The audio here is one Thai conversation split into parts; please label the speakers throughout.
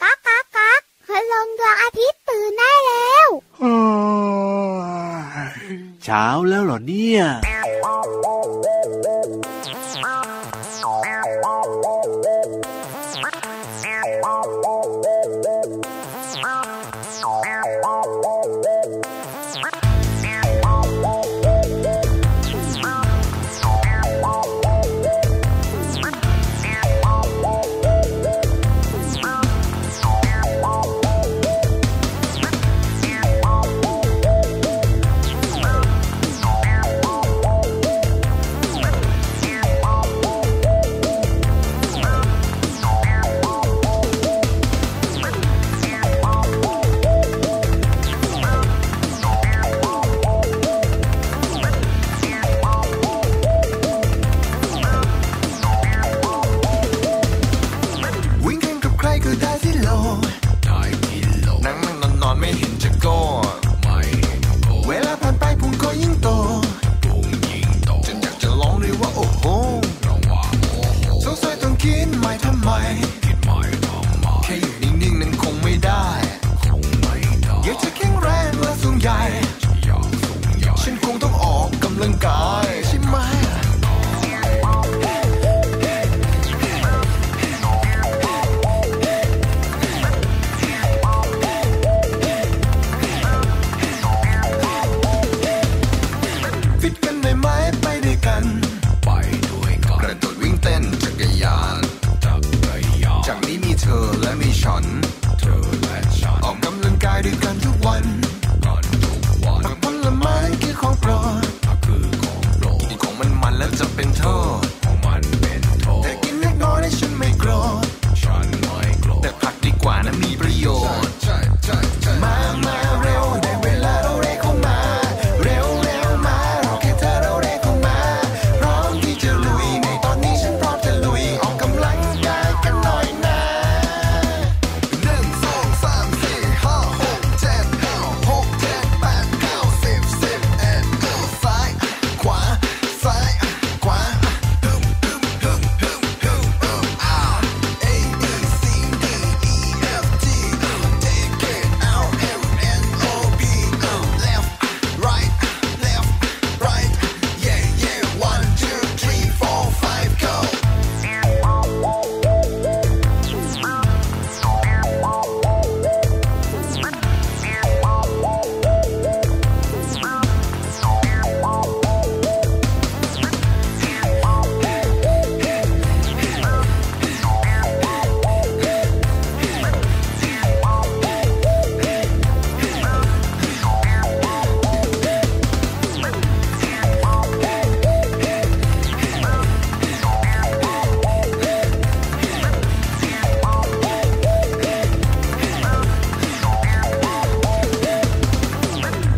Speaker 1: ก๊ากก๊ากก๊ากพลงดวงอาทิตย์ตื่นได้แล้ว
Speaker 2: เช้าแล้วเหรอเนี่ย
Speaker 3: วิ่งเล่นกับใครก็ได้ที่โลกนั่งนั่งนอนนอนไม่เห็นจะโก้เวลาผ่านไปพุงก็ยิ่งโตจนอยากจะร้องเลยว่าโอ้โหสงสัยต้องคิดใหม่ทำไม แค่อยู่นิ่งๆนั้นคงไม่ได้ อยากจะแข็งแรงและสูงใหญ่ ฉันคงต้องออกกำลังกายใช่ไหม ฟิตกันได้ไหมไปด้วยกัน ไปด้วยกัน กระโดดวิ่งเต้นจักรยานจักรยานจากนี้มีเธอและมีฉัน เธอและฉัน ออกกำลังกายด้วยกันทุกวันกันทุกวันผักผลไม้คือของโปรดคือของโปรดกินของมันมันๆแล้วจะเป็นโทษของมันเป็นโทษแต่กินเล็กน้อยให้ฉันไม่โกรธฉันไม่โกรธแต่ผักดีกว่านะมีประโยชน์ มา มา เร็วได้เวลาเราเร่เข้ามา เร็วเร็วมาเราแค่เธอเราเร่เข้ามา พร้อมที่จะลุย ในตอนนี้ฉันพร้อมจะลุย ออกกำลังกายกันหน่อยนะหนึ่งสองสามสี่ห้าหกเจ็ดเก้าหกเจ็ดแปดเก้าสิบสิบเอ็ดเก้าซ้าย ขวา ซ้าย ขวา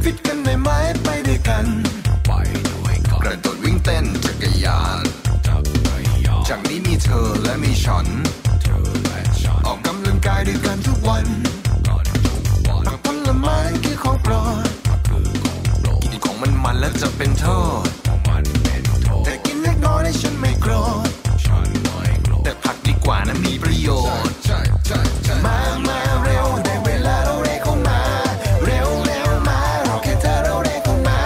Speaker 3: ฟิตกันได้ไหมไปด้วยกัน ไปด้วยกัน กระโดดวิ่งเต้นจักรยานจักรยาน จากนี้มีเธอและมีฉัน เธอและฉัน ออกกำลังกายด้วยกันทุกวันกันทุกวันผักผลไม้คือของโปรดคือของโปรดกินของมันมันๆแล้วจะเป็นโทษของมันเป็นโทษ แต่กินเล็กน้อยให้ฉันไม่โกรธ ฉันไม่โกรธแต่ผักดีกว่านะมีประโยชน์ มา มาเร็วได้เวลาเราเร่เข้ามา เร็วเร็วมาเราแค่เธอเราเร่เข้ามา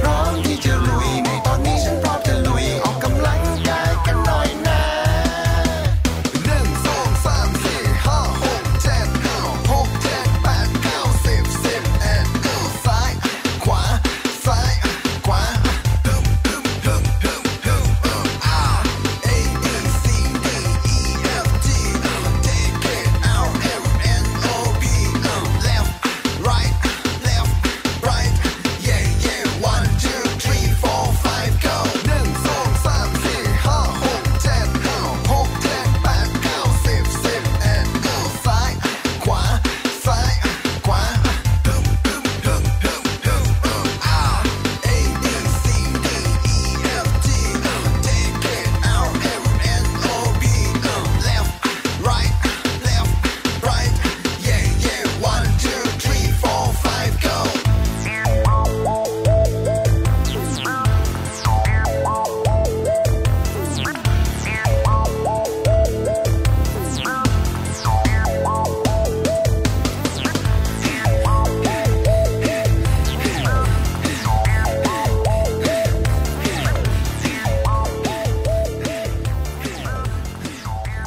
Speaker 3: พร้อมที่จะลุย ในตอนนี้ฉันพร้อมจะลุย ออกกำลังกายกันหน่อยนะหนึ่งสองสามสี่ห้าหกเจ็ดเก้าหกเจ็ดแปดเก้าสิบสิบเอ็ดเก้าซ้าย ขวา ซ้าย ขวา A B C D E F G H I J K L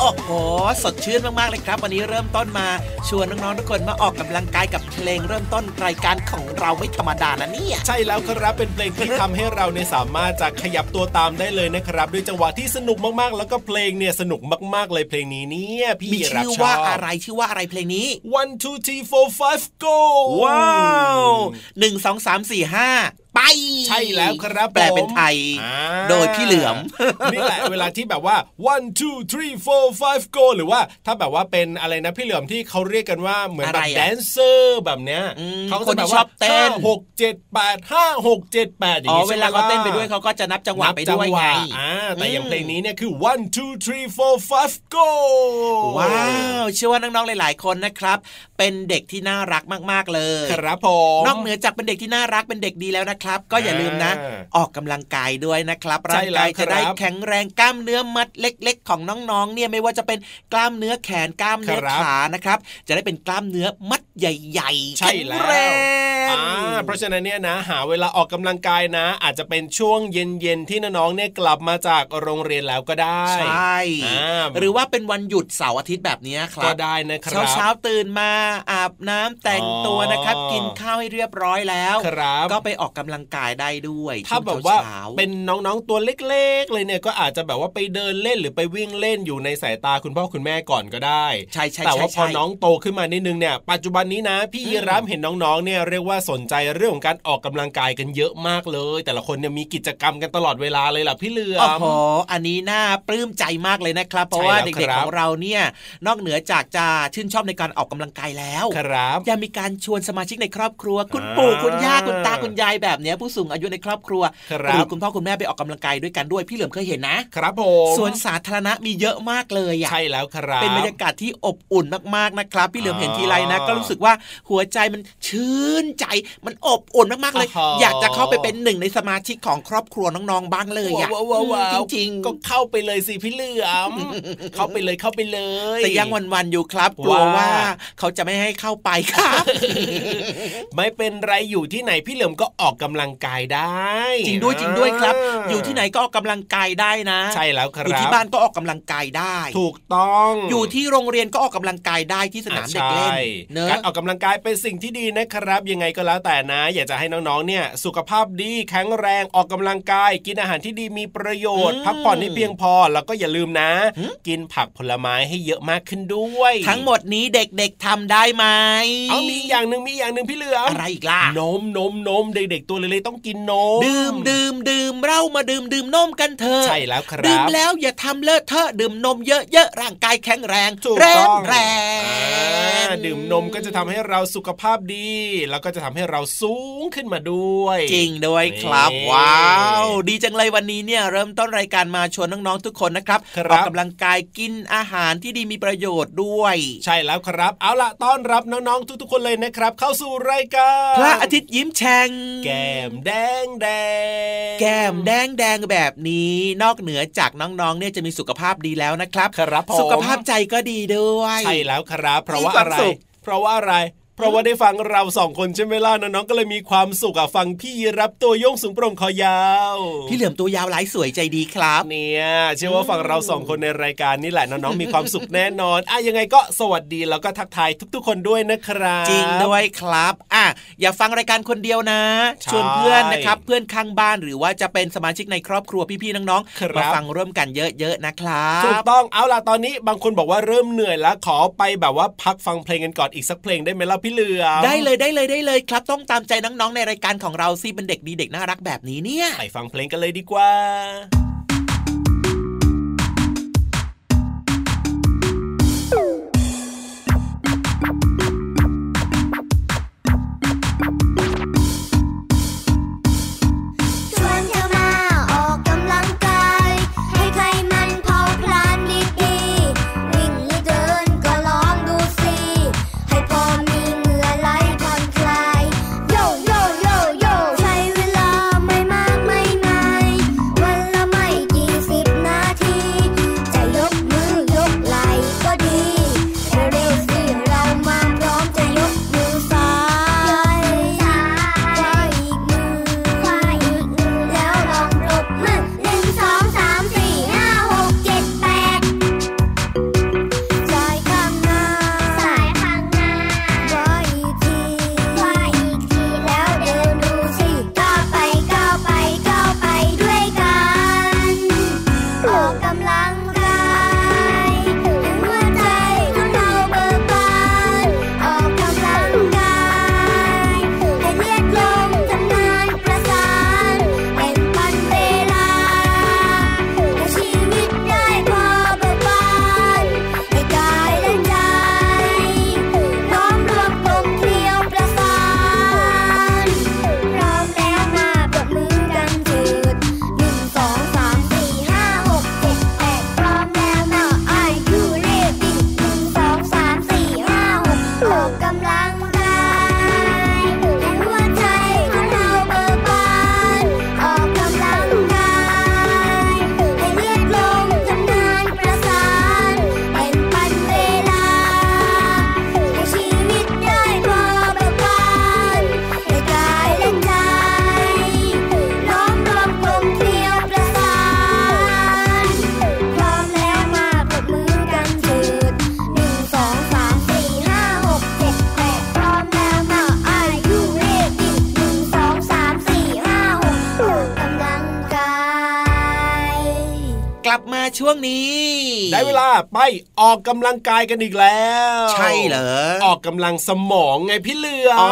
Speaker 4: โอ้โห สดชื่นมาก ๆ เลยครับ วันนี้เริ่มต้นมา ชวนน้อง ๆ ทุกคนมาออกกำลังกายกับเพลงเริ่มต้นรายการของเราไม่ธรรมดานะเนี่ย
Speaker 5: ใช่แล้วครับเป็นเพลงที่ทำให้เราเนี่ยสามารถจะขยับตัวตามได้เลยนะครับ ด้วยจังหวะที่สนุกมากๆ แล้วก็เพลงเนี่ยสนุกมากๆเลยเพลงนี้เนี่ยพี่
Speaker 4: มี
Speaker 5: รับ
Speaker 4: ชื่อ
Speaker 5: ช
Speaker 4: ว่า
Speaker 5: อบ
Speaker 4: อะไรชื่อว่าอะไรเพลงนี้
Speaker 5: one two three four five go
Speaker 4: ว้าวหนึ่งสองสามสี่ห้าไป
Speaker 5: ใช่แล้วครับ
Speaker 4: แปลเป็นไทย
Speaker 5: ผมอ่า
Speaker 4: โดยพี่เหลือม
Speaker 5: นี่แหละเวลาที่แบบว่า one two three four five go หรือว่าถ้าแบบว่าเป็นอะไรนะพี่เหลือมที่เขาเรียกกันว่าเหมือน
Speaker 4: อะ
Speaker 5: แบ
Speaker 4: ไร
Speaker 5: บ
Speaker 4: อะ
Speaker 5: แดนเซอร์แบบเนี้ย
Speaker 4: อืม
Speaker 5: เขา
Speaker 4: คนที่ชอบเต้น
Speaker 5: ห้าหกเจ็ดแปดห้าหกเจ็ดแปดอย่าง
Speaker 4: อ๋อ
Speaker 5: นี้
Speaker 4: เว
Speaker 5: ใช่ไหม
Speaker 4: ลาเขาเต้นไปด้วย
Speaker 5: ล่ะ
Speaker 4: เขาก็จะนับจังหวะไปด้วยไง
Speaker 5: นับจังหวะอ่าแต่อย่าง
Speaker 4: ม
Speaker 5: เพลงนี้เนี่ยคือ one two three four five go
Speaker 4: ว้าวเชื่อว่าน้องๆหลาย ๆ คนนะครับ เป็นเด็กที่น่ารักมากๆเลย
Speaker 5: ครับผม
Speaker 4: นอกเหนือจากเป็นเด็กที่น่ารักเป็นเด็กดีแล้วนะครับ ก็อย่า
Speaker 5: อ่า
Speaker 4: ลืมนะ ออกกำลังกายด้วยนะครับ
Speaker 5: ใช่
Speaker 4: ร่าง
Speaker 5: แล้ว
Speaker 4: กายจะได้
Speaker 5: ครับ
Speaker 4: แข็งแรงกล้ามเนื้อมัดเล็ก ๆ ของน้องๆเนี่ยไม่ว่าจะเป็นกล้ามเนื้อแขนกล้ามเนื้อ
Speaker 5: ครับ
Speaker 4: ขานะครับ จะได้เป็นกล้ามเนื้อมัดใหญ่ๆ
Speaker 5: ใช่
Speaker 4: แข็ง
Speaker 5: แล้ว
Speaker 4: แร
Speaker 5: อ่
Speaker 4: ง
Speaker 5: าเพราะฉะนั้นเนี่ยนะ หาเวลาออกกำลังกายนะ อาจจะเป็นช่วงเย็นๆที่น้องๆเนี่ยกลับมาจากโรงเรียนแล้วก็ได้
Speaker 4: ใช่
Speaker 5: อ่า
Speaker 4: หรือว่าเป็นวันหยุดเสาร์อาทิตย์แบบเนี้ยครั
Speaker 5: ก็
Speaker 4: บ
Speaker 5: ได้นะครับ
Speaker 4: เช้าเช้าๆตื่นมาอาบน้ำแต่งตัวนะครับ
Speaker 5: อ๋อ
Speaker 4: กินข้าวให้เรียบร้อยแล้ว
Speaker 5: ครับ
Speaker 4: ก็ไปออกกำลังกายได้ด้วยช่
Speaker 5: ถ้า
Speaker 4: ง
Speaker 5: แบบว่า
Speaker 4: ช้ๆ
Speaker 5: เป็นน้องๆตัวเล็กๆ เลยเนี่ยก็อาจจะแบบว่าไปเดินเล่นหรือไปวิ่งเล่นอยู่ในสายตาคุณพ่อคุณแม่ก่อนก็ได้
Speaker 4: ใช่ใช่
Speaker 5: แต่ว่า
Speaker 4: ใช่
Speaker 5: พอน้องโตขึ้นมานิดนึงเนี่ยปัจจุบันนี้นะ พี่
Speaker 4: อืม
Speaker 5: ยีรับเห็นน้องๆเนี่ยเรียกว่าสนใจเรื่องของการออกกำลังกายกันเยอะมากเลย แต่ละคนเนี่ยมีกิจกรรมกันตลอดเวลาเลยล่ะพี่เหลือ
Speaker 4: โอ้
Speaker 5: ม
Speaker 4: โห อันนี้น่าปลื้มใจมากเลยนะครับ เพราะ
Speaker 5: ใช่
Speaker 4: ว่า
Speaker 5: แล้ว
Speaker 4: เด็ก
Speaker 5: ครั
Speaker 4: ๆ
Speaker 5: บ
Speaker 4: ของเราเนี่ยนอกเหนือจากจะชื่นชอบในการออกกำลังกายแล้ว
Speaker 5: ครับ
Speaker 4: ยังมีการชวนสมาชิกในครอบครัว คุณ
Speaker 5: อ่า
Speaker 4: ปู่คุณย่าคุณตาคุณยายแบบเนี้ยผู้สูงอายุในครอบครัว
Speaker 5: ครั
Speaker 4: ห
Speaker 5: บ
Speaker 4: รือคุณพ่อคุณแม่ไปออกกำลังกายด้วยกันด้วยพี่เหลือมเคยเห็นนะครับ
Speaker 5: ผม
Speaker 4: สวนสาธารณะมีเยอะมากเลยอ่ะ
Speaker 5: ใช่แล้วครับ
Speaker 4: เป็นบรรยากาศที่อบอุ่นมากๆนะครับ พี่เหลือม
Speaker 5: อ่า
Speaker 4: เห็นทีไรนะ ก็รู้สึกว่าหัวใจมันชื่นใจมันอบอุ่นมากๆเลย
Speaker 5: อ่าฮะ
Speaker 4: อยากจะเข้าไปเป็นหนึ่งในสมาชิกของครอบครัวน้องๆบ้างเลยอะ
Speaker 5: ว้าวว้าวว้าว
Speaker 4: จริงๆ
Speaker 5: ก็เข้าไปเลยสิพี่เหลือ ม เข้าไปเลยเข้าไปเลย
Speaker 4: แต่ยังวันๆอยู่ครับกลัว
Speaker 5: ว่า
Speaker 4: ว่าเขาจะไม่ให้เข้าไปครับ
Speaker 5: ไม่เป็นไรอยู่ที่ไหนพี่เหลิมก็ออกกำลังกายได้
Speaker 4: จริงด้วยจริงด้วยครับ
Speaker 5: า
Speaker 4: อยู่ที่ไหนก็ออกกำลังกายได้นะ
Speaker 5: ใช่แล้วครับ
Speaker 4: อยู่ที่บ้านก็ออกกำลังกายได้
Speaker 5: ถูกต้อง
Speaker 4: อยู่ที่โรงเรียนก็ออกกำลังกายได้ที่สนามเด็กเล่น
Speaker 5: ใช่
Speaker 4: เนอะ
Speaker 5: การออกกำลังกายเป็นสิ่งที่ดีนะครับ ยังไงก็แล้วแต่นะ อยากจะให้น้องๆเนี่ยสุขภาพดีแข็งแรงออกกำลังกาย กินอาหารที่ดีมีประโยชน์
Speaker 4: อืม
Speaker 5: พักผ่อนให้เพียงพอแล้วก็อย่าลืมนะ
Speaker 4: หืม
Speaker 5: กินผักผลไม้ให้เยอะมากขึ้นด้วย
Speaker 4: ทั้งหมดนี้เด็กๆทำได้ไหม
Speaker 5: เอามีอีกอย่างหนึ่งมีอีกอย่างหนึ่งพี่เหลือม
Speaker 4: อะไรอีกล่ะ
Speaker 5: นมนมนมเด็กๆตัวเล็กๆต้องกินนม
Speaker 4: ดื่มดื่มดื่มเรามาดื่มดื่มนมกันเถอะ
Speaker 5: ใช่แล้วครับ
Speaker 4: ดื่มแล้วอย่าทำเลอะเทอะดื่มนมเยอะๆร่างกายแข็งแรง
Speaker 5: ถูก
Speaker 4: แร
Speaker 5: ต้อง ง
Speaker 4: แร
Speaker 5: อ่
Speaker 4: ง
Speaker 5: าดื่มนมก็จะทำให้เราสุขภาพดี แล้วก็จะทำให้เราสูงขึ้นมาด้วย
Speaker 4: จริงด้วยครับ
Speaker 5: นี่
Speaker 4: ว้าว ดีจังเลยวันนี้เนี่ยเริ่มต้นรายการมาชวนน้องๆทุกคนนะครับ
Speaker 5: ครับ
Speaker 4: ออกกำลังกายกินอาหารที่ดีมีประโยชน์ด้วย
Speaker 5: ใช่แล้วครับ เอาล่ะต้อนรับน้องๆทุกๆ คนเลยนะครับ เข้าสู่รายการ
Speaker 4: พระอาทิตย์ยิ้มแฉ่ง
Speaker 5: แก้มแดงแดง
Speaker 4: แก้มแดงแดงๆแบบนี้ นอกเหนือจากน้องๆเนี่ยจะมีสุขภาพดีแล้วนะครับ
Speaker 5: ครับผม
Speaker 4: สุขภาพใจก็ดีด้วย
Speaker 5: ใช่แล้วครับ เพราะว่า
Speaker 4: มีควา
Speaker 5: อะ
Speaker 4: ม
Speaker 5: ไร
Speaker 4: สุข
Speaker 5: เพราะว่าอะไร เพราะว่าได้ฟังเราสองคนใช่ไหมล่ะน้องๆก็เลยมีความสุขอะฟังพี่รับตัวโยงสูงโปร่งคอยาว
Speaker 4: พี่เหลือมตัวยาวลายสวยใจดีครับ
Speaker 5: เนี่ยเชื่อว่าฝั่งเราสองคนในรายการนี่แหละน้องๆมีความสุขแน่นอนอ่ะยังไงก็สวัสดีแล้วก็ทักทายทุกๆ คนด้วยนะครับ
Speaker 4: จริงด้วยครับอ่ะอย่าฟังรายการคนเดียวนะ
Speaker 5: ใช่
Speaker 4: ชวนเพื่อนนะครับ เพื่อนข้างบ้านหรือว่าจะเป็นสมาชิกในครอบครัวพี่ๆน้อง
Speaker 5: ครับ
Speaker 4: ๆมาฟังร่วมกันเยอะๆนะครั
Speaker 5: ถูก
Speaker 4: บ
Speaker 5: ต้องเอาล่ะตอนนี้บางคนบอกว่าเริ่มเหนื่อยแล้วขอไปแบบว่าพักฟังเพลงกันก่อนอีกสักเพลงได้ไหมล่ะพี่เหลือม
Speaker 4: ได้เลยได้เลยได้เลยครับ ต้องตามใจน้องๆในรายการของเราสิเป็นเด็กดีเด็กน่ารักแบบนี้เนี่ย
Speaker 5: ไปฟังเพลงกันเลยดีกว่า
Speaker 1: ชวนเธอมาออกกำลังกาย ให้ใครมันเผาพลานดีๆ วิ่งหรือเดินก็ลองดูสิ ให้พอมีเหงื่อไหลผ่อนคลาย โยโยโยโยใช้เวลาไม่มากไม่นานวันละไม่
Speaker 4: ช่วงนี้
Speaker 5: ได้เวลาไปออกกำลังกายกันอีกแล้ว
Speaker 4: ใช่เหรอ
Speaker 5: ออกกำลังสมองไงพี่เหลือม
Speaker 4: อ๋อ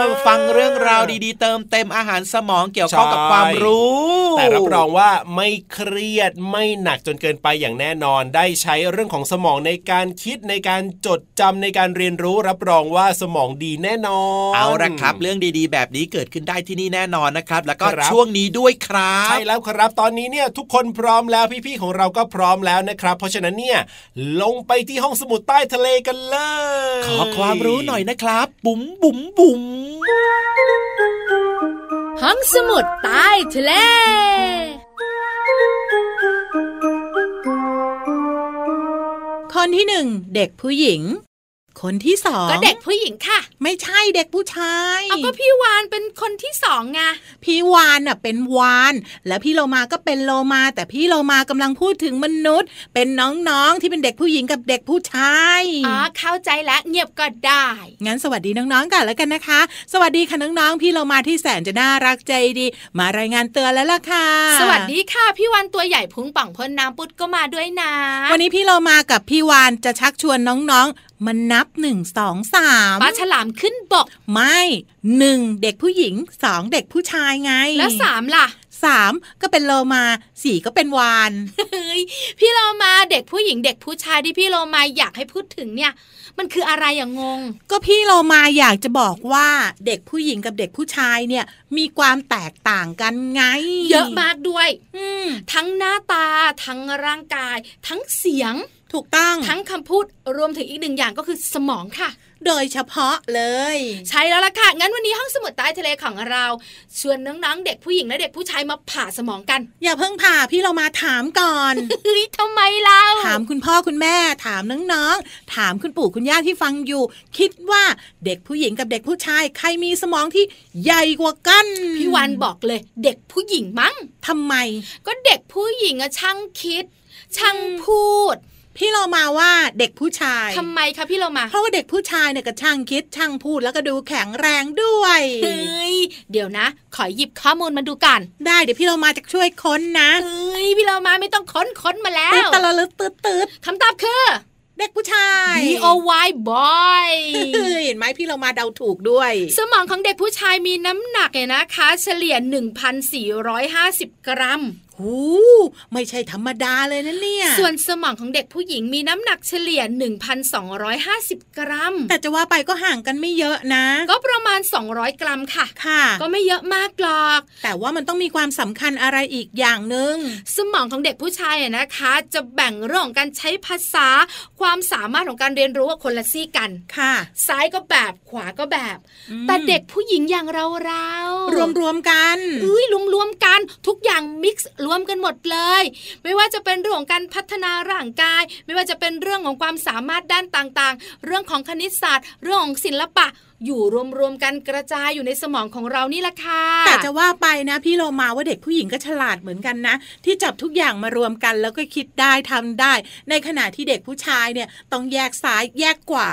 Speaker 5: า
Speaker 4: ฟังเรื่องราวดีๆ เติมเต็มอาหารสมองเกี่ยวข้องกับ
Speaker 5: ใช่
Speaker 4: ความรู้
Speaker 5: แต่รับรองว่าไม่เครียดไม่หนักจนเกินไปอย่างแน่นอน ได้ใช้เรื่องของสมองในการคิดในการจดจำในการเรียนรู้รับรองว่าสมองดีแน่นอน
Speaker 4: เอาละครับ เรื่องดีๆ แบบนี้เกิดขึ้นได้ที่นี่แน่นอนนะครับ แล้วก็
Speaker 5: ครับ
Speaker 4: ช่วงนี้ด้วยครับ
Speaker 5: ใช่แล้วครับตอนนี้เนี่ยทุกคนพร้อมแล้วพี่ๆของเราก็พร้อมแล้วนะครับ เพราะฉะนั้นเนี่ยลงไปที่ห้องสมุดใต้ทะเลกันเลย
Speaker 4: ขอความรู้หน่อยนะครับ บุ๋มบุ๋มบุ๋ม
Speaker 6: ห้องสมุดใต้ทะเล
Speaker 7: คนที่หนึ่งเด็กผู้หญิง คนที่สอง
Speaker 6: ก็เด็กผู้หญิงค่ะ
Speaker 7: ไม่ใช่เด็กผู้ชาย
Speaker 6: เอาก็พี่วานเป็นคนที่สองไง
Speaker 7: พี่วานน่ะเป็นวาน แล้วพี่โลมาก็เป็นโลมา แต่พี่โลมากำลังพูดถึงมนุษย์ เป็นน้องๆที่เป็นเด็กผู้หญิงกับเด็กผู้ชาย
Speaker 6: อ๋อเข้าใจแล้วเงียบก็ได้
Speaker 7: งั้นสวัสดีน้องๆกันแล้วกันนะคะ สวัสดีค่ะน้องๆพี่โลมาที่แสนจะน่ารักใจดี มารายงานเตือนแล้วล่ะค่ะ
Speaker 6: สวัสดีค่ะ พี่วานตัวใหญ่พุงป่องพ่นน้ำปุดก็มาด้วยนะ
Speaker 7: วันนี้พี่โลมากับพี่วานจะชักชวนน้องๆมันนับหนึ่งสองสาม
Speaker 6: ปลาฉลามขึ้นบก
Speaker 7: ไม่หนึ่งเด็กผู้หญิงสองเด็กผู้ชายไง
Speaker 6: แล้วสามล่ะ
Speaker 7: สามก็เป็นโลมาสี่ก็เป็นวาน
Speaker 6: เฮ้ยพี่เรามาเด็กผู้หญิงเด็กผู้ชายที่พี่เรามาอยากให้พูดถึงเนี่ย มันคืออะไรอย่างงง
Speaker 7: ก็พี่โลมาอยากจะบอกว่าเด็กผู้หญิงกับเด็กผู้ชายเนี่ย มีความแตกต่างกันไง
Speaker 6: เยอะมากด้วย
Speaker 7: อืม
Speaker 6: ทั้งหน้าตา ทั้งร่างกาย ทั้งเสียง
Speaker 7: ถูกต้อง
Speaker 6: ทั้งคำพูดรวมถึงอีกหนึ่งอย่างก็คือสมองค่ะ
Speaker 7: โดยเฉพาะเลย
Speaker 6: ใช่แล้วล่ะค่ะ งั้นวันนี้ห้องสมุดใต้ทะเลของเรา ชวนน้องๆเด็กผู้หญิงและเด็กผู้ชายมาผ่าสมองกัน
Speaker 7: อย่าเพิ่งผ่าพี่โลมาถามก่อน
Speaker 6: เฮ้ยทำไมเรา
Speaker 7: ถามคุณพ่อคุณแม่ ถามน้องๆถามคุณปู่คุณย่าที่ฟังอยู่ คิดว่าเด็กผู้หญิงกับเด็กผู้ชาย ใครมีสมองที่ใหญ่กว่ากัน
Speaker 6: พี่วันบอกเลย เด็กผู้หญิงมั้ง
Speaker 7: ทำไม
Speaker 6: ก็เด็กผู้หญิงอะช่างคิด ช่างพูด
Speaker 7: พี่เรามาว่าเด็กผู้ชาย
Speaker 6: ทำไมคะพี่เรามา
Speaker 7: เพราะว่าเด็กผู้ชายเนี่ยก็ช่างคิดช่างพูดแล้วก็ดูแข็งแรงด้วย
Speaker 6: เฮ้ยเดี๋ยวนะ ขอหยิบข้อมูลมาดูกัน
Speaker 7: ได้เดี๋ยวพี่เรามาจะช่วยค้นนะ
Speaker 6: เฮ้ยพี่เรามาไม่ต้องค้นค้นมาแล้
Speaker 7: ตืด
Speaker 6: ว
Speaker 7: ตะละลึกตืดตืด
Speaker 6: คำตอบคือ
Speaker 7: เด็กผู้ชาย
Speaker 6: B O Y boy
Speaker 7: เห็นไหมพี่เรามาเดาถูกด้วย
Speaker 6: สมองของเด็กผู้ชายมีน้ำหนักเนี่ยนะคะ เฉลี่ย 1,450 กรัม
Speaker 7: หูไม่ใช่ธรรมดาเลยนะเนี่ย
Speaker 6: ส่วนสมองของเด็กผู้หญิงมีน้ำหนักเฉลี่ย 1,250 กรัม
Speaker 7: แต่จะว่าไปก็ห่างกันไม่เยอะนะ
Speaker 6: ก็ประมาณ 200 กรัมค่ะ
Speaker 7: ค่ะ
Speaker 6: ก็ไม่เยอะมากหรอก
Speaker 7: แต่ว่ามันต้องมีความสำคัญอะไรอีกอย่างหนึ่ง
Speaker 6: สมองของเด็กผู้ชายอะนะคะ จะแบ่งเรื่องของการใช้ภาษา ความสามารถของการเรียนรู้กับคนละซี่กัน
Speaker 7: ค่ะ
Speaker 6: ซ้ายก็แบบขวาก็แบบ
Speaker 7: อืม
Speaker 6: แต่เด็กผู้หญิงอย่างเราเรา
Speaker 7: ร
Speaker 6: ร
Speaker 7: วมรวมๆกัน
Speaker 6: อุ้ยรวมรวมๆกันทุกอย่างมิกซ์รวมกันหมดเลย ไม่ว่าจะเป็นเรื่องของการพัฒนาร่างกาย ไม่ว่าจะเป็นเรื่องของความสามารถด้านต่างๆ เรื่องของคณิตศาสตร์ เรื่องของศิลปะ อยู่รวมๆกันกระจายอยู่ในสมองของเรานี่แหละค่ะ
Speaker 7: แต่จะว่าไปนะพี่โลมาว่าเด็กผู้หญิงก็ฉลาดเหมือนกันนะ ที่จับทุกอย่างมารวมกันแล้วก็คิดได้ทำได้ ในขณะที่เด็กผู้ชายเนี่ยต้องแยกซ้ายแยกขวา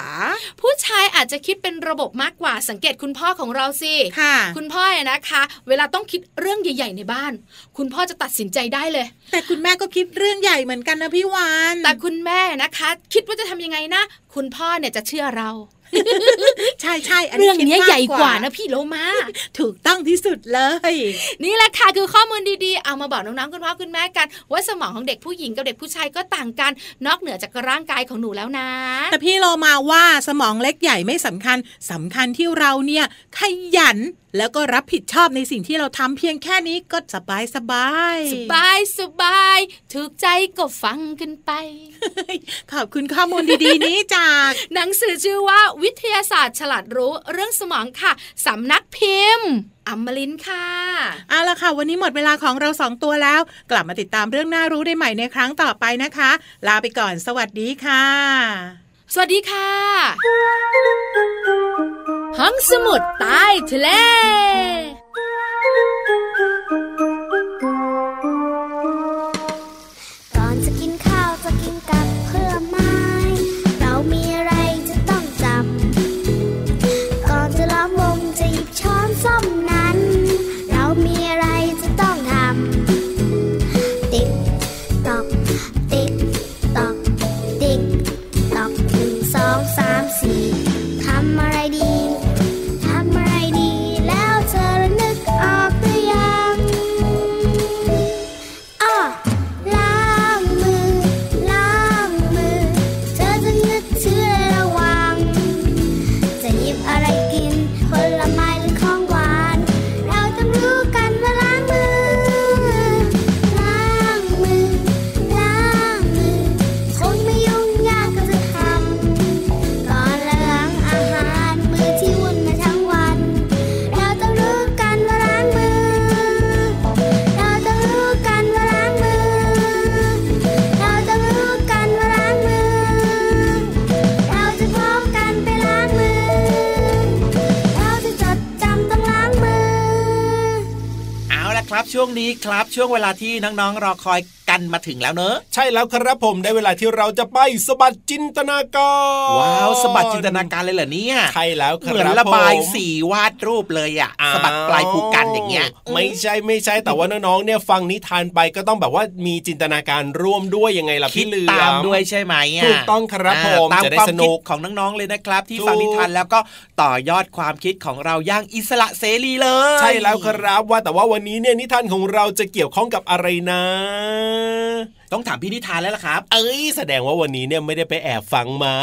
Speaker 6: ผู้ชายอาจจะคิดเป็นระบบมากกว่าสังเกตคุณพ่อของเราสิ
Speaker 7: ค่ะ
Speaker 6: คุณพ่อเนี่ยนะคะ เวลาต้องคิดเรื่องใหญ่ ๆ ในบ้าน คุณพ่อจะตัดสินใจได้เลย
Speaker 7: แต่คุณแม่ก็คิดเรื่องใหญ่เหมือนกันนะพี่วาน
Speaker 6: แต่คุณแม่นะคะ คิดว่าจะทำยังไงนะ คุณพ่อเนี่ยจะเชื่อเรา
Speaker 7: ใช่ใช่อัน
Speaker 6: เรื่อง
Speaker 7: คิด
Speaker 6: เนี้ย
Speaker 7: ม
Speaker 6: ใหญ่กว่านะพี่โลมา
Speaker 7: ถูกต้องที่สุดเลย
Speaker 6: นี่แหละค่ะคือข้อมูลดีๆ เอามาบอกน้องๆคุณพ่อคุณแม่กัน ว่าสมองของเด็กผู้หญิงกับเด็กผู้ชายก็ต่างกัน นอกเหนือจากร่างกายของหนูแล้วนะ
Speaker 7: แต่พี่โลมาว่าสมองเล็กใหญ่ไม่สำคัญสำคัญที่เราเนี่ยขยันแล้วก็รับผิดชอบในสิ่งที่เราทำเพียงแค่นี้ก็สบายสบาย
Speaker 6: สบายสบายถูกใจก็ฟังกันไป
Speaker 7: ขอบคุณข้อมูลดีๆนี้จาก
Speaker 6: หนังสือชื่อว่าวิทยาศาสตร์ ฉลาดรู้เรื่องสมองค่ะสำนักพิมพ์อมรินทร์ค่ะ
Speaker 7: เอาละค่ะ วันนี้หมดเวลาของเราสองตัวแล้ว กลับมาติดตามเรื่องน่ารู้ได้ใหม่ในครั้งต่อไปนะคะ ลาไปก่อนสวัสดีค่ะ
Speaker 6: สวัสดีค่ะ
Speaker 7: ห้องสมุดใต้ทะเล
Speaker 1: ก่อนจะกินข้าวจะกินกับเพื่อไม้ เรามีอะไรจะต้องจำ ก่อนจะล้อมวงจะหยิบช้อนส้อมนั้น เรามีอะไรจะต้องทำ ติ๊กตอก ติ๊ก
Speaker 5: ช่วงนี้ครับช่วงเวลาที่น้องๆรอคอยกันมาถึงแล้วเนอะ
Speaker 8: ใช่แล้วครับผมได้เวลาที่เราจะไปสะบัดจินตนาการ
Speaker 5: ว้าวสะบัดจินตนาการเลยเหรอเนี่ย
Speaker 8: ใช่แล้วครับ
Speaker 5: เหมือนระบาย
Speaker 8: ผม
Speaker 5: สีวาดรูปเลยอะสะบัดปลายภูกันอย่างเงี้ย
Speaker 8: ไม่ใช่ไม่ใช่แต่ว่าน้องๆเนี่ยฟังนิทานไปก็ต้องแบบว่ามีจินตนาการร่วมด้วยยังไงล่ะ
Speaker 5: คิด
Speaker 8: พี่เหลือม
Speaker 5: ตามด้วยใช่ไหมะ
Speaker 8: ถูกต้องครับ
Speaker 5: า
Speaker 8: ผม
Speaker 5: ตาม
Speaker 8: จะได้
Speaker 5: ความ
Speaker 8: สนุ
Speaker 5: คิด
Speaker 8: ก
Speaker 5: ของน้องๆเลยนะครับ ที่
Speaker 8: ถูก
Speaker 5: ฟังนิทานแล้วก็ต่อยอดความคิดของเราอย่างอิสระเสรีเลย
Speaker 8: ใช่แล้วครับว่าแต่ว่าวันนี้เนี่ยนิทานของเราจะเกี่ยวข้องกับอะไรนะ
Speaker 5: ต้องถามพี่นิทานแล้วล่ะครับ
Speaker 8: เอ้ยแสดงว่าวันนี้เนี่ยไม่ได้ไปแอบฟังมา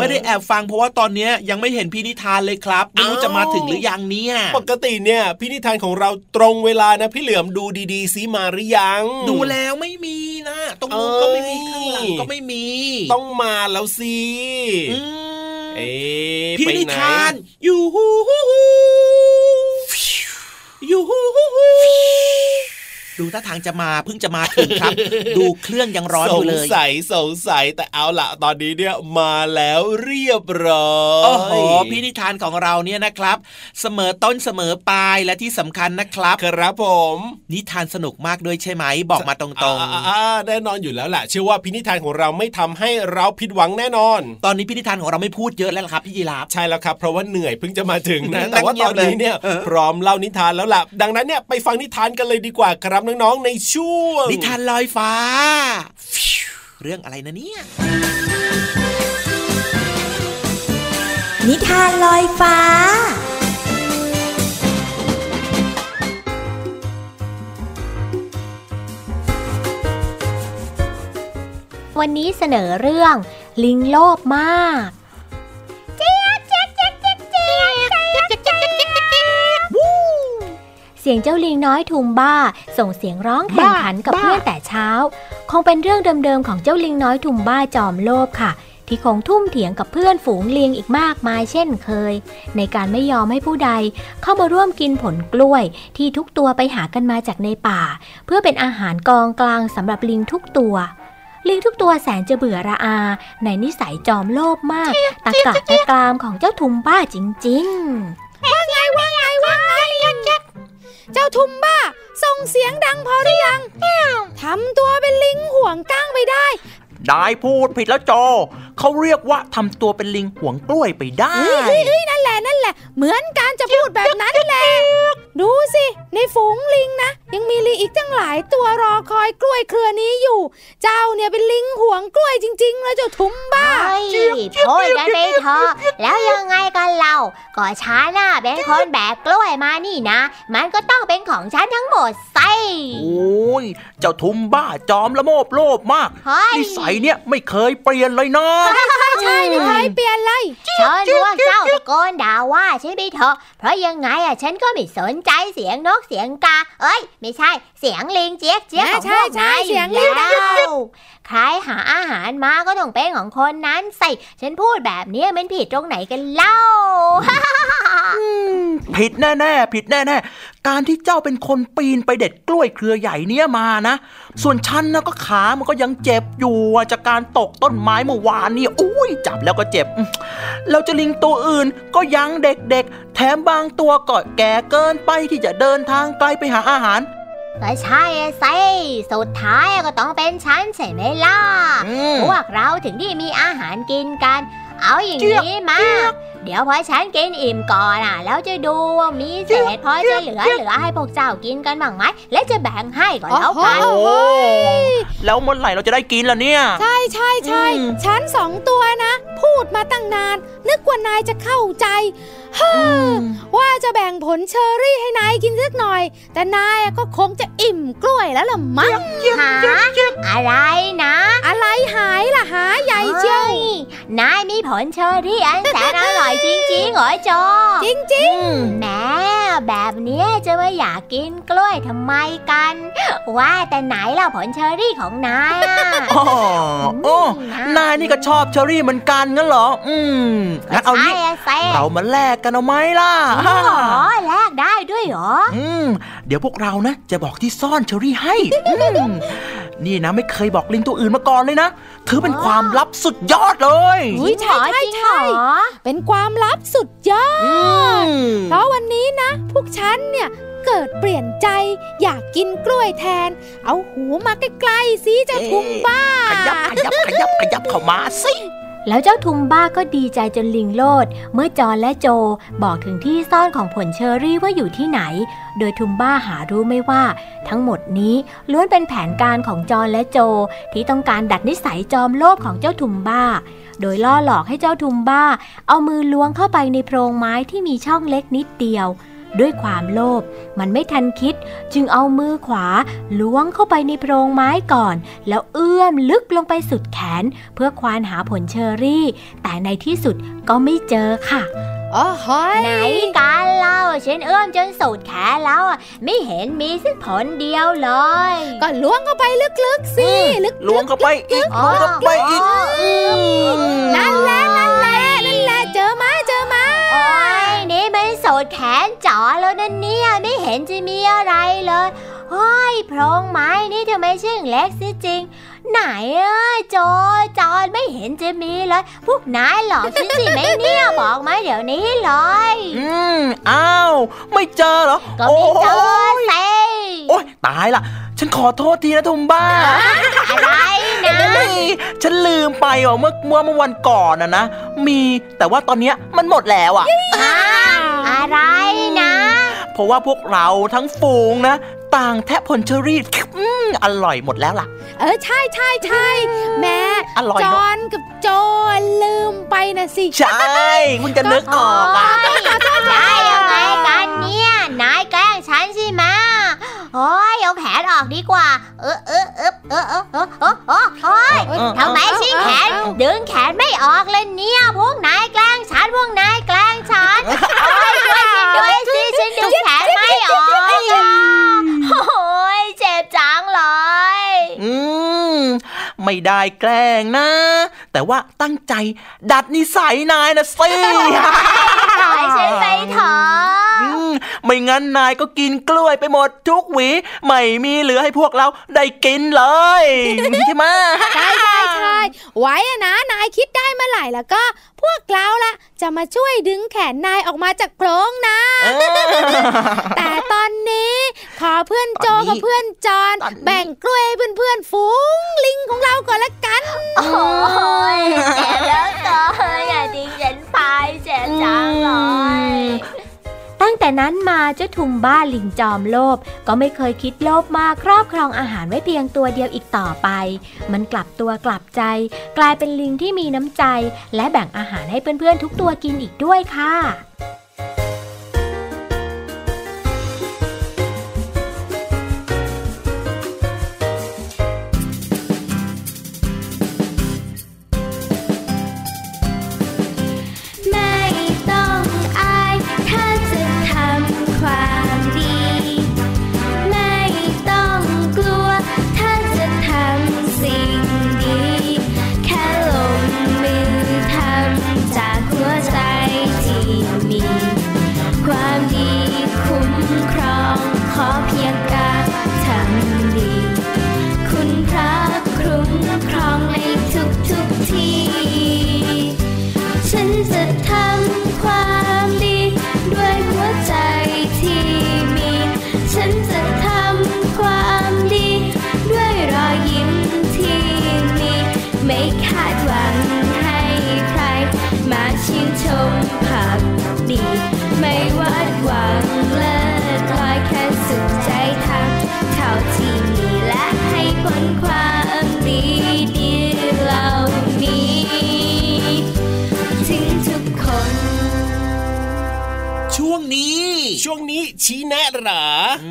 Speaker 5: ไม่ได้แอบฟังเพราะว่าตอนเนี้ยยังไม่เห็นพี่นิทานเลยครับไม่รู้
Speaker 8: อ้าว
Speaker 5: จะมาถึงหรือยังเนี่ย
Speaker 8: ปกติเนี่ยพี่นิทานของเราตรงเวลานะพี่เหลือมดูดีๆซิมาหรือยัง
Speaker 5: ดูแล้วไม่มีนะตรง
Speaker 8: เอ้
Speaker 5: นู้น
Speaker 8: ย
Speaker 5: ก็ไม่มีข้างหลังก็ไม่มี
Speaker 8: ต้องมาแล้วสิ
Speaker 5: อืม
Speaker 8: เอ๊ะ
Speaker 5: พี่
Speaker 8: ไปไห
Speaker 5: นิทาน
Speaker 9: อยู่ฮู้ฮู้ฮู้อยู่ฮู้ฮู้ฮู้
Speaker 5: ดูท่าทางจะมาเพิ่งจะมาถึงครับ ดูเครื่องยังร้อน
Speaker 8: ส
Speaker 5: อยู่
Speaker 8: ง
Speaker 5: เลย
Speaker 8: สัยสงสัยแต่เอาละตอนนี้เนี่ยมาแล้วเรียบร้อย
Speaker 5: โอ้โหพี่นิทานของเราเนี่ยนะครับ เสมอต้นเสมอปลายและที่สำคัญนะครับ
Speaker 8: ครับผม
Speaker 5: นิทานสนุกมากด้วยใช่ไหมบอกมาตรง
Speaker 8: อ่าอ่าอ่าแน่นอนอยู่แล้วแหละเชื่อว่าพินิธานของเราไม่ทำให้เราผิดหวังแน่นอน
Speaker 5: ๆ ตอนนี้พี่นิทานของเราไม่พูดเยอะแล้วล่ะครับพี่ยีราฟ
Speaker 8: ใช่แล้วครับ เพราะว่าเหนื่อยเพิ่งจะมาถึง นะ
Speaker 5: นั่ง
Speaker 8: แต่ว่าตอนนี้
Speaker 5: เงียบเลย
Speaker 8: เนี่ย
Speaker 5: เออ
Speaker 8: พร้อมเล่านิทานแล้วล่ะ ดังนั้นเนี่ยไปฟังนิทานกันเลยดีกว่าครับน้องๆในช่วง
Speaker 5: นิทานลอยฟ้า เรื่องอะไรนะเนี่ย
Speaker 10: นิทานลอยฟ้า
Speaker 11: วันนี้เสนอเรื่องลิงโลภมากเสียงเจ้าลิงน้อยทุมบ้า ส่งเสียงร้องแข่งขันกับเพื่อนแต่เช้า คงเป็นเรื่องเดิมๆของเจ้าลิงน้อยทุมบ้าจอมโลภค่ะ ที่คงทุ่มเถียงกับเพื่อนฝูงลิงอีกมากมายเช่นเคย ในการไม่ยอมให้ผู้ใดเข้ามาร่วมกินผลกล้วย ที่ทุกตัวไปหากันมาจากในป่า เพื่อเป็นอาหารกองกลางสำหรับลิงทุกตัว ลิงทุกตัวแสนจะเบื่อระอา ในนิสัยจอมโลภมาก ตะกะตะกรามของเจ้าทุมบ้าจริง
Speaker 12: ว่าไงว่าไงเจ้าทุมบ้า ส่งเสียงดังพอหรือยังทำตัวเป็นลิงห่วงก้างไปได้
Speaker 4: ได้พูดผิดแล้วจอ เขาเรียกว่าทำตัวเป็นลิงห่วงกล้วยไปได้
Speaker 12: เฮ้ยเฮ้ยเฮ้ยนั่นแหละนั่นแหละ เหมือนการจะพูดแบบนั้นแหละ ดูสิ ในฝูงลิงนะ ยังมีลิงอีกตั้งหลายตัวรอคอยกล้วยเครือนี้อยู่ เจ้าเนี่ยเป็นลิงห่วงกล้วยจริง ๆ แล้วเจ้าทุมบ้า
Speaker 11: ๆเฮ้ยพูดกันไปเถอะแล้วยังไงกันเรา ก็ช้าหน้าเป็นคนแบกกล้วยมานี่นะ มันก็ต้องเป็นของฉันทั้งหมดไซ
Speaker 4: โอ้ย เจ้าทุมบ้าจอมละโมบโลภมาก
Speaker 11: เฮ้ย
Speaker 4: นิสัยเนี่ยไม่เคยเปลี่ยนเลยนะ
Speaker 12: ใช่ไม่เคยเปลี่ยนเลย
Speaker 11: เชิญพวกเจ้าตะโกนด่าว่าฉันไปเถอะเพราะยังไงอ่ะฉันก็ไม่สนใจเสียงนกเสียงกา เอ้ย ไม่ใช่เสียงลิงเจี๊ยกเจี๊ยกของพวก
Speaker 12: ใช่
Speaker 11: นาย
Speaker 12: ใช่เสียงลิง
Speaker 11: แล้วใครหาอาหารมาก็ต้องเป็นของคนนั้นใส่ฉันพูดแบบเนี้ยมันผิดตรงไหนกันเล่า
Speaker 4: ผิดแน่ๆ ผิดแน่ๆ การที่เจ้าเป็นคนปีนไปเด็ดกล้วยเครือใหญ่เนี่ยมานะ ส่วนฉันนะก็ขามันก็ยังเจ็บอยู่อะจากการตกต้นไม้เมื่อวานเนี่ยอุ้ยจับแล้วก็เจ็บอืมแล้วเจะลิงตัวอื่นก็ยังเด็กๆ แถมบางตัวก็แก่เกินไปที่จะเดินทางไกลไปหาอาหาร
Speaker 11: ก็ใช่อะสิสุดท้ายก็ต้องเป็นฉันใช่ไหมล่ะ
Speaker 4: อืม
Speaker 11: พวกเราถึงที่มีอาหารกินกัน เอาอย่างนี้มา เดี๋ยวพอฉันกินอิ่มก่อนอ่ะ แล้วจะดูว่ามีเศษพอจะเหลือเหลือให้พวกเจ้ากินกันบ้างไหม และจะแบ่งให้ก็แล้วกัน
Speaker 4: โอ้โหแล้วเมื่อไหร่เราจะได้กินล่ะเนี่ย
Speaker 12: ใช่ใช่ใช่
Speaker 4: อืม
Speaker 12: ฉันสองตัวนะ พูดมาตั้งนาน นึกว่านายจะเข้าใจเฮ้อว่าจะแบ่งผลเชอรี่ให้นายกินสักหน่อย แต่นายอะก็คงจะอิ่มกล้วยแล้วล่ะมั้ง
Speaker 11: หา อะไรนะ
Speaker 12: อะไรหายล่ะหาใหญ่เชียว
Speaker 11: เจ้านายมีผลเชอรี่อันแสนอร่อยจริงๆเหรอจอ
Speaker 12: จริง
Speaker 11: แหม่แบบเนี้ยจะมาอยากกินกล้วยทำไมกัน ว่าแต่ไหนล่ะผลเชอรี่ของนายอะ
Speaker 4: อ๋อโอ้
Speaker 11: อืม
Speaker 4: นายนี่ก็ชอบเชอรี่เหมือนกันงั้นเหรอ อืมงั้นเอา
Speaker 11: ใช่
Speaker 4: นี้
Speaker 11: อะเซ่
Speaker 4: เรามาแลกกันเอาไหมล่ะ
Speaker 11: อ๋อแลกได้ด้วยเหรอ
Speaker 4: อืม เดี๋ยวพวกเรานะ จะบอกที่ซ่อนเชอรี่ให้อืมนี่นะไม่เคยบอกลิงตัวอื่นมาก่อนเลยนะ ถือเป็นความลับสุดยอดเลย
Speaker 12: ๆอุ้ยใช่ใช่ใช่
Speaker 11: เหรอ
Speaker 12: เป็นความลับสุดยอด
Speaker 4: อืม
Speaker 12: เพราะวันนี้นะ พวกฉันเนี่ย เกิดเปลี่ยนใจ อยากกินกล้วยแทน เอาหูมาใกล้ๆสิเจ้าทุมบ้า
Speaker 11: ขยับขยับขยับขยับเข้ามาสิ
Speaker 10: แล้วเจ้าทุมบ้าก็ดีใจจนลิงโลด เมื่อจอนและโจบอกถึงที่ซ่อนของผลเชอรี่ว่าอยู่ที่ไหน โดยทุมบ้าหารู้ไม่ว่า ทั้งหมดนี้ล้วนเป็นแผนการของจอนและโจ ที่ต้องการดัดนิสัยจอมโลภของเจ้าทุมบ้า โดยล่อหลอกให้เจ้าทุมบ้า เอามือล้วงเข้าไปในโพรงไม้ที่มีช่องเล็กนิดเดียว ด้วยความโลภมันไม่ทันคิด จึงเอามือขวาล้วงเข้าไปในโพรงไม้ก่อน แล้วเอื้อมลึกลงไปสุดแขน เพื่อควานหาผลเชอรี่ แต่ในที่สุดก็ไม่เจอค่ะ
Speaker 12: อ๋อหอย
Speaker 10: ไหนกันเล่าฉันเอื้อมจนสุดแขนแล้วอะไม่เห็นมีสักผลเดียวเลย
Speaker 12: ก็ล้วงเข้าไปลึกๆสิลึก
Speaker 11: ล้วงเข้าไปอีกล้วงเข้าไปอีก
Speaker 12: นั่นแหละนั่นแหละนั่นแหละเจอมาเจอมา
Speaker 10: โอ้ยนี่มันสูดแขนจ๋อแล้วนั่นเนี่ยไม่เห็นจะมีอะไรเลยโอ้ยโพรงไม้นี่ทำไมช่างเล็กซิจริง ไหนอะโจจอนไม่เห็นจะมีเลย พวกนายหลอกฉันสิไหมเนี่ยบอกมาเดี๋ยวนี้เลย
Speaker 11: อืมอ้าว ไม่เจอเหรอ
Speaker 10: ก็ไม่เจอ
Speaker 11: โอ้ย
Speaker 10: เซ
Speaker 11: โอ๊ยตายละฉันขอโทษทีนะทุมบ้า
Speaker 10: อะไรนะ
Speaker 11: เฮ้ยฉันลืมไปว่าเมื่อเมื่อเมื่อวันก่อนนะนะ มีแต่ว่าตอนเนี้ยมันหมดแล้วอ่ะ
Speaker 10: อ่าอะไรนะ
Speaker 11: เพราะว่าพวกเราทั้งฝูงนะ ต่างแทะผลเชอรี่อืมอร่อยหมดแล้วล่ะ
Speaker 12: เออใช่ใช่ใช่แม่
Speaker 11: อร่อย
Speaker 12: จ
Speaker 11: เน
Speaker 12: อ
Speaker 11: อะ
Speaker 12: นกับโจนลืมไปนะสิ
Speaker 11: ใช่คุณจะนึกออกอ่ะ
Speaker 10: ได้ยังไงกันเนี่ย นายแกล้งฉันใช่ไหมโอ้ยเอาแขนออกดีกว่า เออเออเออเออเออเออเออเออโอ้ย
Speaker 11: เออ
Speaker 10: ทำไมชิ้นแขน ดึงแขนไม่ออกเลยเนี่ย พวกนายแกล้งฉัน พวกนายแกล้งฉัน โอ้ยช่วยฉันด้วยสิฉันดึงแขนไม่ออกอะโอ้ยเจ็บจังเลย
Speaker 11: อืม ไม่ได้แกล้งนะ แต่ว่าตั้งใจดัดนิสัยนายนะสิ
Speaker 10: ปล่อยฉันไปเถอะ
Speaker 11: อืมไม่งั้นนายก็กินกล้วยไปหมดทุกหวี ไม่มีเหลือให้พวกเราได้กินเลย ใช่ไหม
Speaker 12: ใช่ใช่ใช่ไว้อะนะนายคิดได้เมื่อไหร่แล้วก็ พวกเราล่ะ จะมาช่วยดึงแขนนายออกมาจากโพรงนะ
Speaker 11: เออ
Speaker 12: แต่ตอนนี้ ขอเพื่อนโจ
Speaker 11: ตอนนี้
Speaker 12: กับเพื่อนจอน
Speaker 11: ตอนนี้
Speaker 12: แบ่งกล้วยให้เพื่อนๆฝูงลิงของเราก่อนละกัน
Speaker 10: โอ้ยเจ็บแล้วก็อย่าทิ้งฉันไปเจ็บจังเลย ตั้งแต่นั้นมาเจ้าทุมบ้าลิงจอมโลภก็ไม่เคยคิดโลภมากครอบครองอาหารไว้เพียงตัวเดียวอีกต่อไป มันกลับตัวกลับใจ กลายเป็นลิงที่มีน้ำใจ และแบ่งอาหารให้เพื่อนๆทุกตัวกินอีกด้วยค่ะ
Speaker 1: ไม่ต้องอายถ้าจะทำความดี ไม่ต้องกลัวถ้าจะทำสิ่งดี แค่ลงมือทำจากหัวใจที่มี ความดีคุ้มครองขอเพียงการทำดี คุณพระคุ้มครองในทุกทุกๆที่ ฉันจะทำความดี ด้วยหัวใจที่มี ฉันจะทำความดี ด้วยรอยยิ้มที่มี ไม่คาดหวังให้ใคร มาชื่นชมผักดี ไม่วาดหวังเลิศลอยแค่สุขใจทำเท่าที่มีและให้ผลความดีดีๆเหล่านี้ ถึงทุกคน
Speaker 4: ช่วงนี้
Speaker 5: ช่วงนี้ชี้แนะเหรอ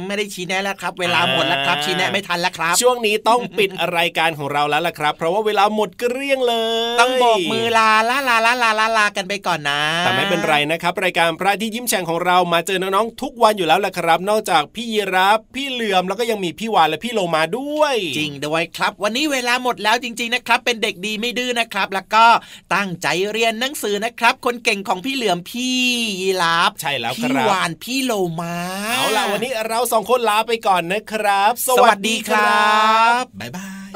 Speaker 4: ไม่ได้ชี้แนะแล้วครับ เวลาหมดแล้วครับ
Speaker 5: อ่า
Speaker 4: ชี้แนะไม่ทันแล้วครับ
Speaker 5: ช่วงนี้ต้องปิดรายการของเราแล้วล่ะครับ เพราะว่าเวลาหมดเกลี้ยงเลย
Speaker 4: ต้องโบกมือลาลาลาลาลาลาลากันไปก่อนนะ
Speaker 5: แต่ไม่เป็นไรนะครับ รายการพระอาที่ยิ้มแฉ่งของเรามาเจอน้องๆทุกวันอยู่แล้วล่ะครับ นอกจากพี่ยีรับพี่เหลือมแล้วก็ยังมีพี่วานและพี่โลมาด้วย
Speaker 4: จริงด้วยครับ วันนี้เวลาหมดแล้วจริง ๆนะครับ เป็นเด็กดีไม่ดื้อนะครับ แล้วก็ตั้งใจเรียนหนังสือนะครับ คนเก่งของพี่เหลือมพี่ยีราฟ
Speaker 5: ใช่แล้วค
Speaker 4: พี่
Speaker 5: รับ
Speaker 4: วานพี่โลมา
Speaker 5: เอาล่ะวันนี้เราสองคนลาไปก่อนนะครับ
Speaker 4: สวัสดีครับบ๊ายบาย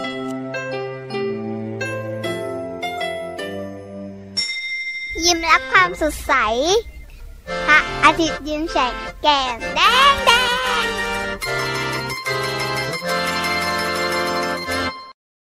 Speaker 1: ยิ้มรับความสดใส พระอาทิตย์ยิ้มแฉกแก้มแดงแด